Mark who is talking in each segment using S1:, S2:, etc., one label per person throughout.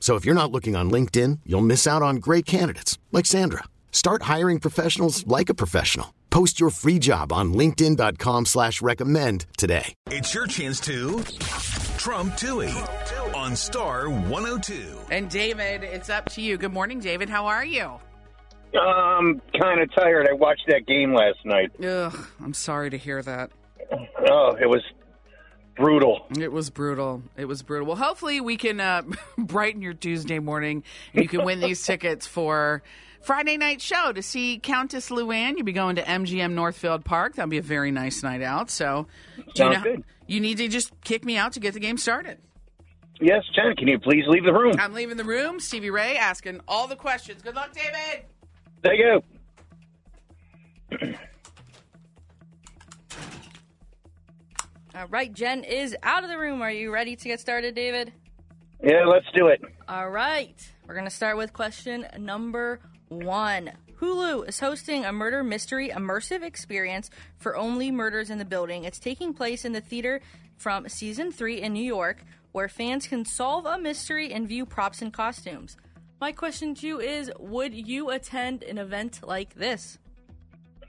S1: So if you're not looking on LinkedIn, you'll miss out on great candidates like Sandra. Start hiring professionals like a professional. Post your free job on linkedin.com/recommend slash recommend today.
S2: It's your chance to Trump Tui on Star 102.
S3: And David, it's up to you. Good morning, David. How are you?
S4: I'm kind of tired. I watched that game last night.
S3: Ugh, I'm sorry to hear that.
S4: Oh, it was brutal.
S3: It was brutal. It was brutal. Well, hopefully we can uh, brighten your Tuesday morning. and You can win these tickets for Friday night show to see Countess Luann. You'll be going to MGM Northfield Park. That'll be a very nice night out. So, do
S4: Sounds good.
S3: you need to just kick me out to get the game started.
S4: Yes, John, can you please leave the room?
S3: I'm leaving the room. Stevie Ray asking all the questions. Good luck, David.
S4: There you go.
S5: All right, Jen is out of the room. Are you ready to get started, David?
S4: Yeah, let's do it.
S5: All right. We're going to start with question number one. Hulu is hosting a murder mystery immersive experience for only murders in the building. It's taking place in the theater from season three in New York, where fans can solve a mystery and view props and costumes. My question to you is Would you attend an event like this?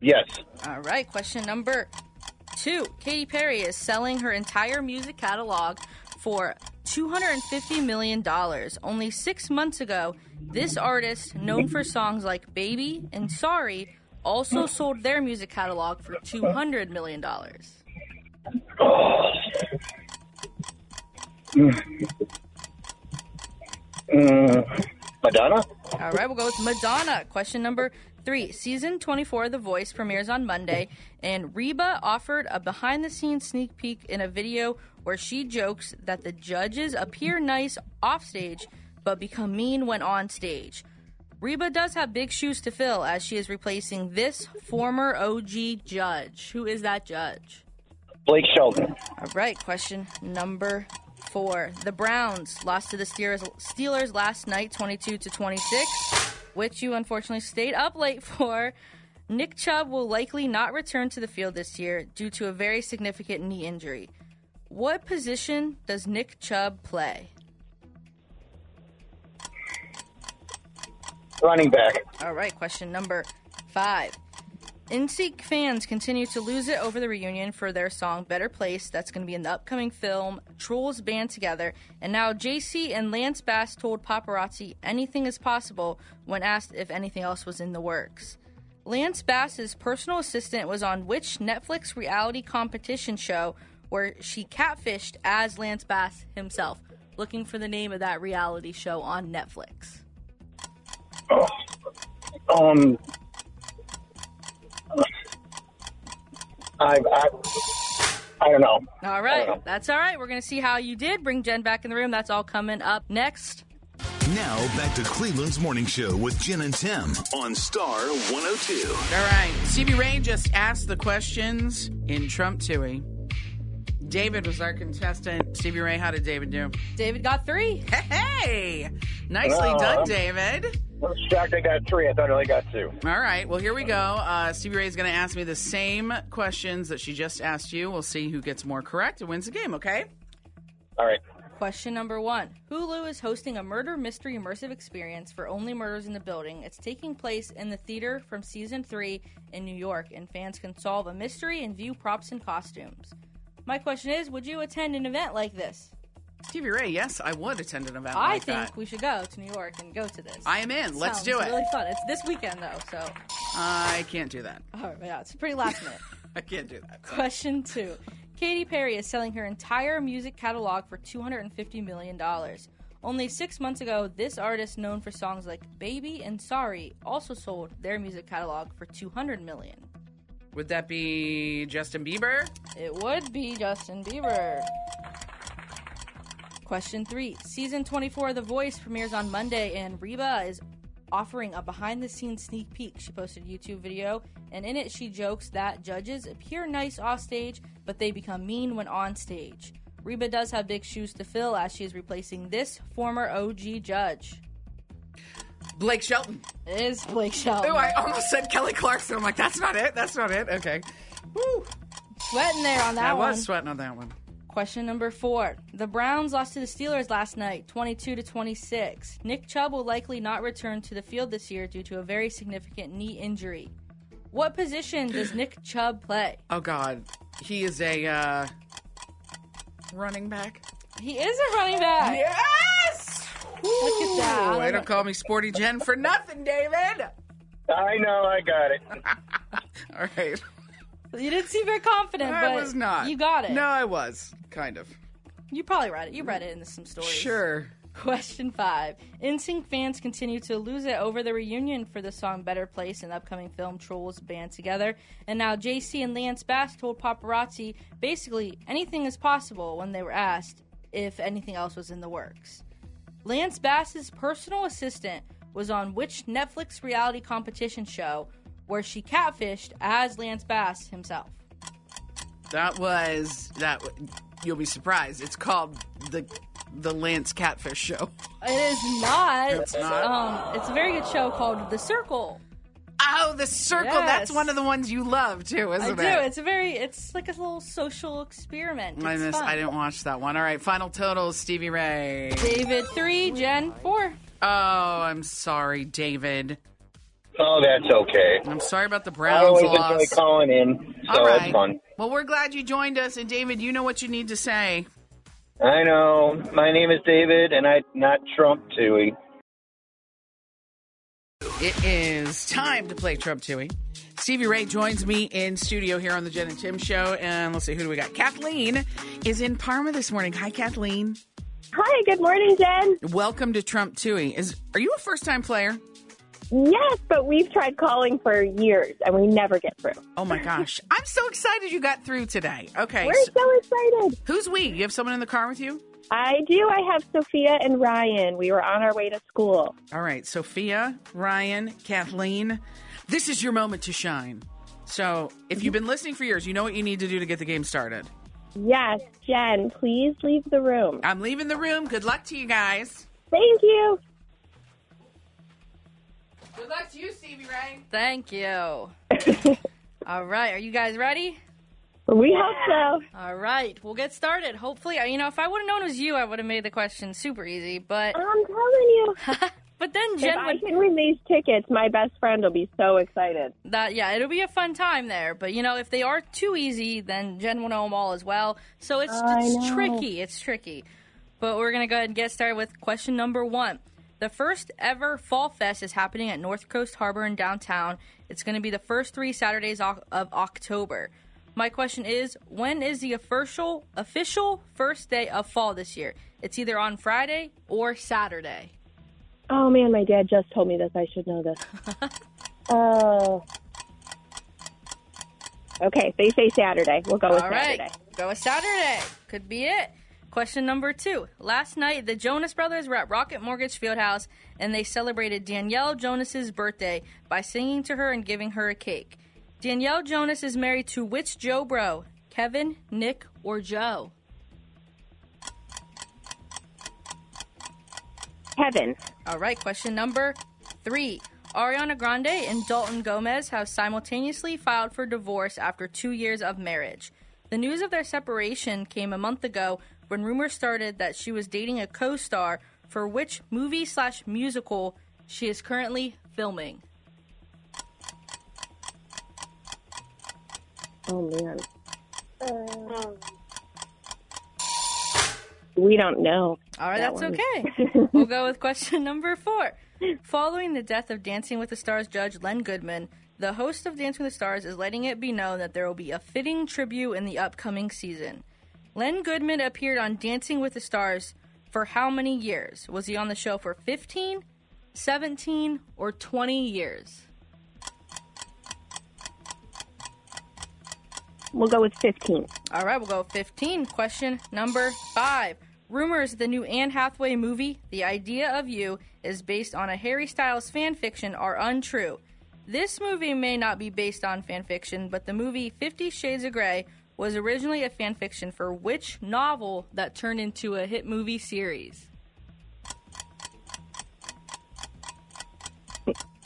S4: Yes.
S5: All right, question number two. Katy Perry is selling her entire music catalog for $250 million. Only six months ago, this artist, known for songs like Baby and Sorry, also sold their music catalog for $200 million.
S4: Mm, Madonna?
S5: All right, we'll go with Madonna. Question number three. Season 24 of The Voice premieres on Monday, and Reba offered a behind the scenes sneak peek in a video where she jokes that the judges appear nice offstage but become mean when on stage. Reba does have big shoes to fill as she is replacing this former OG judge. Who is that judge?
S4: Blake Shelton.
S5: All right, question number four. The Browns lost to the Steelers, Steelers last night, 22 to 26, which you unfortunately stayed up late for. Nick Chubb will likely not return to the field this year due to a very significant knee injury. What position does Nick Chubb play?
S4: Running back.
S5: All right, question number five. NSYNC fans continue to lose it over the reunion for their song Better Place that's going to be in the upcoming film Trolls Band Together. And now JC and Lance Bass told paparazzi anything is possible when asked if anything else was in the works. Lance Bass's personal assistant was on which Netflix reality competition show where she catfished as Lance Bass himself, looking for the name of that reality show on Netflix.
S4: Oh, Um. I, I, I don't know.
S5: All right. That's all right. We're going to see how you did. Bring Jen back in the room. That's all coming up next.
S2: Now back to Cleveland's Morning Show with Jen and Tim on Star 102.
S3: All right. CB Ray just asked the questions in Trump Tui. David was our contestant. CB Ray, how did David do?
S5: David got three.
S3: Hey! Nicely
S4: Well,
S3: done,
S4: I'm-
S3: David.
S4: I'm shocked I got three. I thought I only got two.
S3: All right. Well, here we go. Uh, Stevie Ray is going to ask me the same questions that she just asked you. We'll see who gets more correct and wins the game, okay?
S4: All right.
S5: Question number one Hulu is hosting a murder mystery immersive experience for only murders in the building. It's taking place in the theater from season three in New York, and fans can solve a mystery and view props and costumes. My question is Would you attend an event like this?
S3: TV Ray, yes, I would attend an event
S5: I
S3: like
S5: think
S3: that.
S5: we should go to New York and go to this.
S3: I am in. Let's
S5: Sounds
S3: do it.
S5: Really fun. It's this weekend though, so
S3: I can't do that.
S5: oh, yeah, it's pretty last minute.
S3: I can't do that.
S5: Question two: Katy Perry is selling her entire music catalog for two hundred and fifty million dollars. Only six months ago, this artist, known for songs like "Baby" and "Sorry," also sold their music catalog for two hundred million.
S3: Would that be Justin Bieber?
S5: It would be Justin Bieber. Question three. Season 24 of The Voice premieres on Monday, and Reba is offering a behind the scenes sneak peek. She posted a YouTube video, and in it, she jokes that judges appear nice offstage, but they become mean when on stage. Reba does have big shoes to fill as she is replacing this former OG judge.
S3: Blake Shelton.
S5: It is Blake Shelton.
S3: Oh, I almost said Kelly Clarkson. I'm like, that's not it. That's not it. Okay. Woo.
S5: Sweating there on that
S3: I
S5: one.
S3: was sweating on that one.
S5: Question number four. The Browns lost to the Steelers last night, 22 to 26. Nick Chubb will likely not return to the field this year due to a very significant knee injury. What position does Nick Chubb play?
S3: Oh God, he is a uh, running back.
S5: He is a running back.
S3: Yes.
S5: Look at that.
S3: They don't call me Sporty Jen for nothing, David.
S4: I know, I got it.
S3: All right.
S5: You didn't seem very confident,
S3: I
S5: but
S3: was not.
S5: you got it.
S3: No, I was kind of.
S5: You probably read it. You read it in some stories.
S3: Sure.
S5: Question five. NSYNC fans continue to lose it over the reunion for the song Better Place and the upcoming film Trolls Band Together. And now JC and Lance Bass told paparazzi basically anything is possible when they were asked if anything else was in the works. Lance Bass's personal assistant was on which Netflix reality competition show where she catfished as Lance Bass himself?
S3: That was that. w- You'll be surprised. It's called the the Lance Catfish Show.
S5: It is not.
S3: It's not.
S5: Um, it's a very good show called The Circle.
S3: Oh, the circle. That's
S5: Yes.
S3: one of the ones you love too, isn't
S5: I
S3: it?
S5: do. It's a very. It's like a little social experiment. It's
S3: I miss.
S5: Fun.
S3: I didn't watch that one. All right, final totals. Stevie Ray.
S5: David three, Jen four.
S3: Oh, I'm sorry, David.
S4: Oh, that's okay.
S3: I'm sorry about the
S4: I
S3: Browns
S4: always enjoy
S3: loss.
S4: calling in, so
S3: All
S4: it's
S3: right.
S4: fun.
S3: Well, we're glad you joined us, and David, you know what you need to say.
S4: I know. My name is David, and I'm not Trump Tui.
S3: It is time to play Trump Tui. Stevie Ray joins me in studio here on the Jen and Tim Show, and let's see who do we got. Kathleen is in Parma this morning. Hi, Kathleen.
S6: Hi, good morning, Jen.
S3: Welcome to Trump Tui. Is are you a first time player?
S6: Yes, but we've tried calling for years and we never get through.
S3: Oh my gosh, I'm so excited you got through today. Okay,
S6: We're
S3: so-
S6: so excited.
S3: who's we? You have someone in the car with you?
S6: I do. I have Sophia and Ryan. We were on our way to school.
S3: All right, Sophia, Ryan, Kathleen, this is your moment to shine. So, if you've been listening for years, you know what you need to do to get the game started.
S6: Yes, Jen, please leave the room.
S3: I'm leaving the room. Good luck to you guys.
S6: Thank you.
S3: Good luck to you, Stevie Ray.
S5: Thank you. All right, are you guys ready?
S6: We hope
S5: All right, we'll get started. Hopefully, you know, if I would have known it was you, I would have made the question super easy. But
S6: so. I'm telling you,
S5: but then
S6: if
S5: Jen
S6: I
S5: would
S6: can win these tickets, my best friend will be so excited.
S5: that yeah, it'll be a fun time there. But you know, if they are too easy, then Jen will know them all as well. So it's
S6: I
S5: it's
S6: know.
S5: tricky. It's tricky. But we're gonna go ahead and get started with question number one. The first ever Fall Fest is happening at North Coast Harbor in downtown. It's going to be the first three Saturdays o- of October. My question is, when is the official official first day of fall this year? It's either on Friday or Saturday.
S6: Oh man, my dad just told me this. I should know this. Oh. okay, they say Saturday. We'll go with
S5: All right,
S6: Saturday.
S5: Go with Saturday. Could be it. Question number two. Last night, the Jonas Brothers were at Rocket Mortgage Fieldhouse and they celebrated Danielle Jonas's birthday by singing to her and giving her a cake. Danielle Jonas is married to which Joe bro? Kevin, Nick, or Joe?
S6: Kevin.
S5: All right, question number three. Ariana Grande and Dalton Gomez have simultaneously filed for divorce after two years of marriage. The news of their separation came a month ago when rumors started that she was dating a co star for which movie slash musical she is currently filming. Um.
S6: Oh man. We don't know.
S5: All right,
S6: that
S5: that's
S6: one.
S5: okay. we'll go with question number four. Following the death of Dancing with the Stars judge Len Goodman, the host of Dancing with the Stars is letting it be known that there will be a fitting tribute in the upcoming season. Len Goodman appeared on Dancing with the Stars for how many years? Was he on the show for 15, 17, or 20 years?
S6: We'll go with 15.
S5: All right, we'll go 15. Question number five. Rumors the new Anne Hathaway movie, The Idea of You, is based on a Harry Styles fan fiction are untrue. This movie may not be based on fan fiction, but the movie Fifty Shades of Grey was originally a fan fiction for which novel that turned into a hit movie series?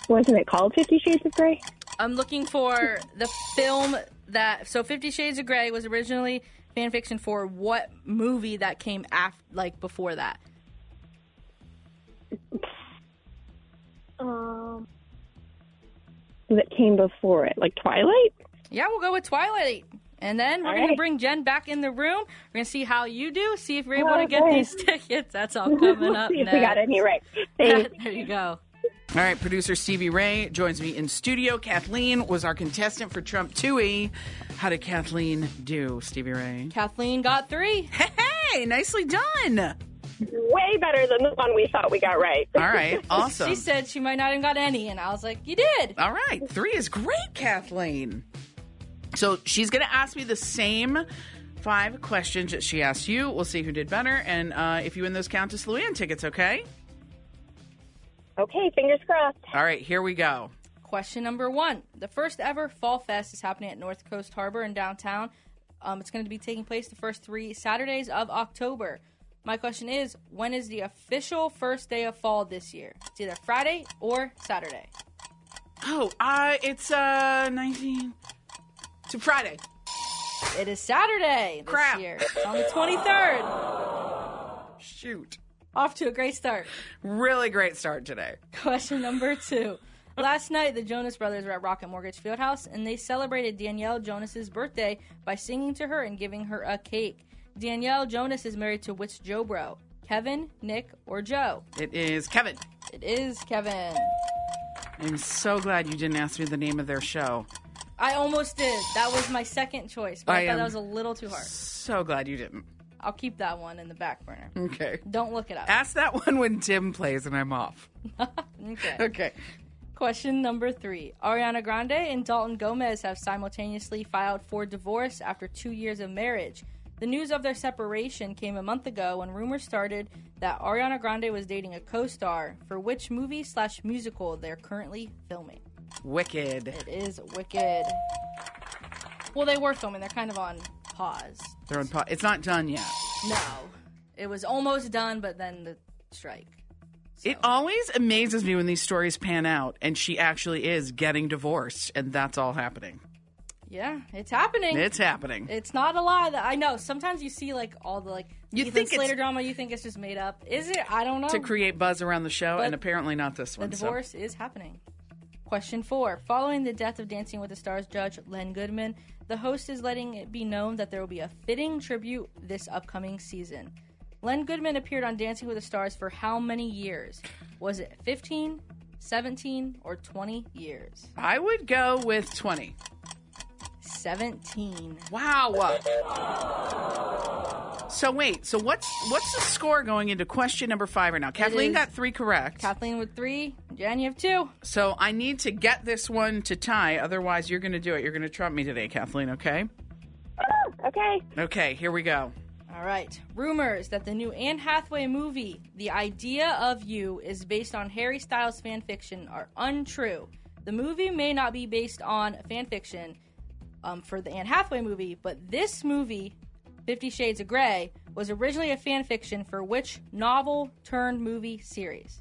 S6: Wasn't it called Fifty Shades of Grey?
S5: I'm looking for the film that. So Fifty Shades of Grey was originally fan fiction for what movie that came after, like before that?
S6: Um, that came before it, like Twilight.
S5: Yeah, we'll go with Twilight. And then we're
S6: All
S5: going to
S6: right.
S5: bring Jen back in the room. We're going to see how you do, see if you're able to get
S6: Okay.
S5: these tickets. That's all Oh, coming up
S6: See if
S5: next.
S6: we got any right. Thanks.
S5: there you go.
S3: All right, producer Stevie Ray joins me in studio. Kathleen was our contestant for Trump 2E. How did Kathleen do, Stevie Ray?
S5: Kathleen got three.
S3: Hey, nicely done. All
S6: Way better than the one we thought we got right.
S3: right, awesome.
S5: She said she might not have got any, and I was like, you did.
S3: All right, three is great, Kathleen. So she's going to ask me the same five questions that she asked you. We'll see who did better, and uh, if you win those Countess Luann tickets, okay?
S6: Okay, fingers crossed.
S3: All right, here we go.
S5: Question number one. The first ever Fall Fest is happening at North Coast Harbor in downtown. Um, it's going to be taking place the first three Saturdays of October. My question is, when is the official first day of fall this year? It's either Friday or Saturday.
S3: Oh, uh, it's uh 19 to Friday.
S5: It is Saturday this
S3: Crap.
S5: year. It's on the 23rd.
S3: Shoot.
S5: Off to a great start.
S3: Really great start today.
S5: Question number two. Last night, the Jonas Brothers were at Rocket Mortgage Fieldhouse, and they celebrated Danielle Jonas's birthday by singing to her and giving her a cake. Danielle Jonas is married to which Joe bro? Kevin, Nick, or Joe?
S3: It is Kevin.
S5: It is Kevin.
S3: I'm so glad you didn't ask me the name of their show.
S5: I almost did. That was my second choice, but I,
S3: I
S5: thought
S3: am-
S5: that was a little too hard.
S3: So glad you didn't.
S5: I'll keep that one in the back burner.
S3: Okay.
S5: Don't look it up.
S3: Ask that one when Tim plays and I'm off.
S5: Okay.
S3: Okay.
S5: Question number three. Ariana Grande and Dalton Gomez have simultaneously filed for divorce after two years of marriage. The news of their separation came a month ago when rumors started that Ariana Grande was dating a co star for which movie slash musical they're currently filming.
S3: Wicked.
S5: It is wicked. Well, they were filming, they're kind of on pause.
S3: They're on pa- It's not done yet.
S5: No. It was almost done, but then the strike.
S3: It always amazes me when these stories pan out and she actually is getting divorced and that's all happening.
S5: Yeah, it's happening.
S3: It's happening.
S5: It's not a lie that I know. Sometimes you see like all the like
S3: You
S5: Ethan
S3: think it's-
S5: Slater drama. You think it's just made up. Is it? I don't know.
S3: to create buzz around the show,
S5: But
S3: and apparently not this
S5: the
S3: one. so-
S5: divorce is happening. Question four: Following the death of Dancing with the Stars judge Len Goodman, the host is letting it be known that there will be a fitting tribute this upcoming season. Len Goodman appeared on Dancing with the Stars for how many years? Was it 15, 17, or 20 years?
S3: I would go with 20.
S5: 17.
S3: Wow. So wait, so what's what's the score going into question number five right now? Kathleen
S5: is-
S3: got three correct.
S5: Kathleen with three, Jan, you have two.
S3: so I need to get this one to tie, otherwise you're gonna do it. You're gonna trump me today, Kathleen, okay?
S6: Ah, Okay.
S3: Okay, here we go.
S5: All right. Rumors that the new Anne Hathaway movie, The Idea of You, is based on Harry Styles fan fiction are untrue. The movie may not be based on fan fiction um, for the Anne Hathaway movie, but this movie, Fifty Shades of Grey, was originally a fan fiction for which novel turned movie series?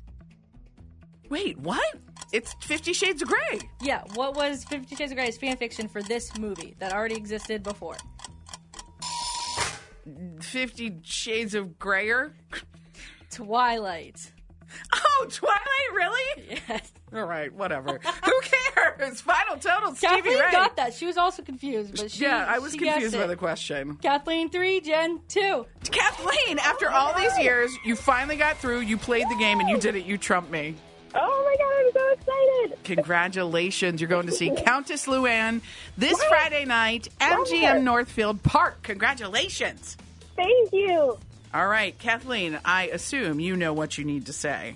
S3: Wait, what? It's Fifty Shades of Grey.
S5: Yeah, what was Fifty Shades of Grey's fan fiction for this movie that already existed before?
S3: Fifty Shades of Grayer.
S5: Twilight.
S3: Oh, Twilight, really?
S5: Yes.
S3: All right, whatever. Who His final total, Stevie
S5: Kathleen
S3: Ray.
S5: got that. She was also confused, but she,
S3: yeah, I was
S5: she
S3: confused
S5: guessed
S3: by
S5: it.
S3: the question.
S5: Kathleen three, Jen two.
S3: Kathleen, after
S5: Oh,
S3: all these years, you finally got through. You played the game and you did it. You trumped me.
S6: Oh my god, I'm so excited.
S3: Congratulations. You're going to see Countess Luann this Friday night, MGM Northfield Park. Congratulations.
S6: Thank you.
S3: All right, Kathleen, I assume you know what you need to say.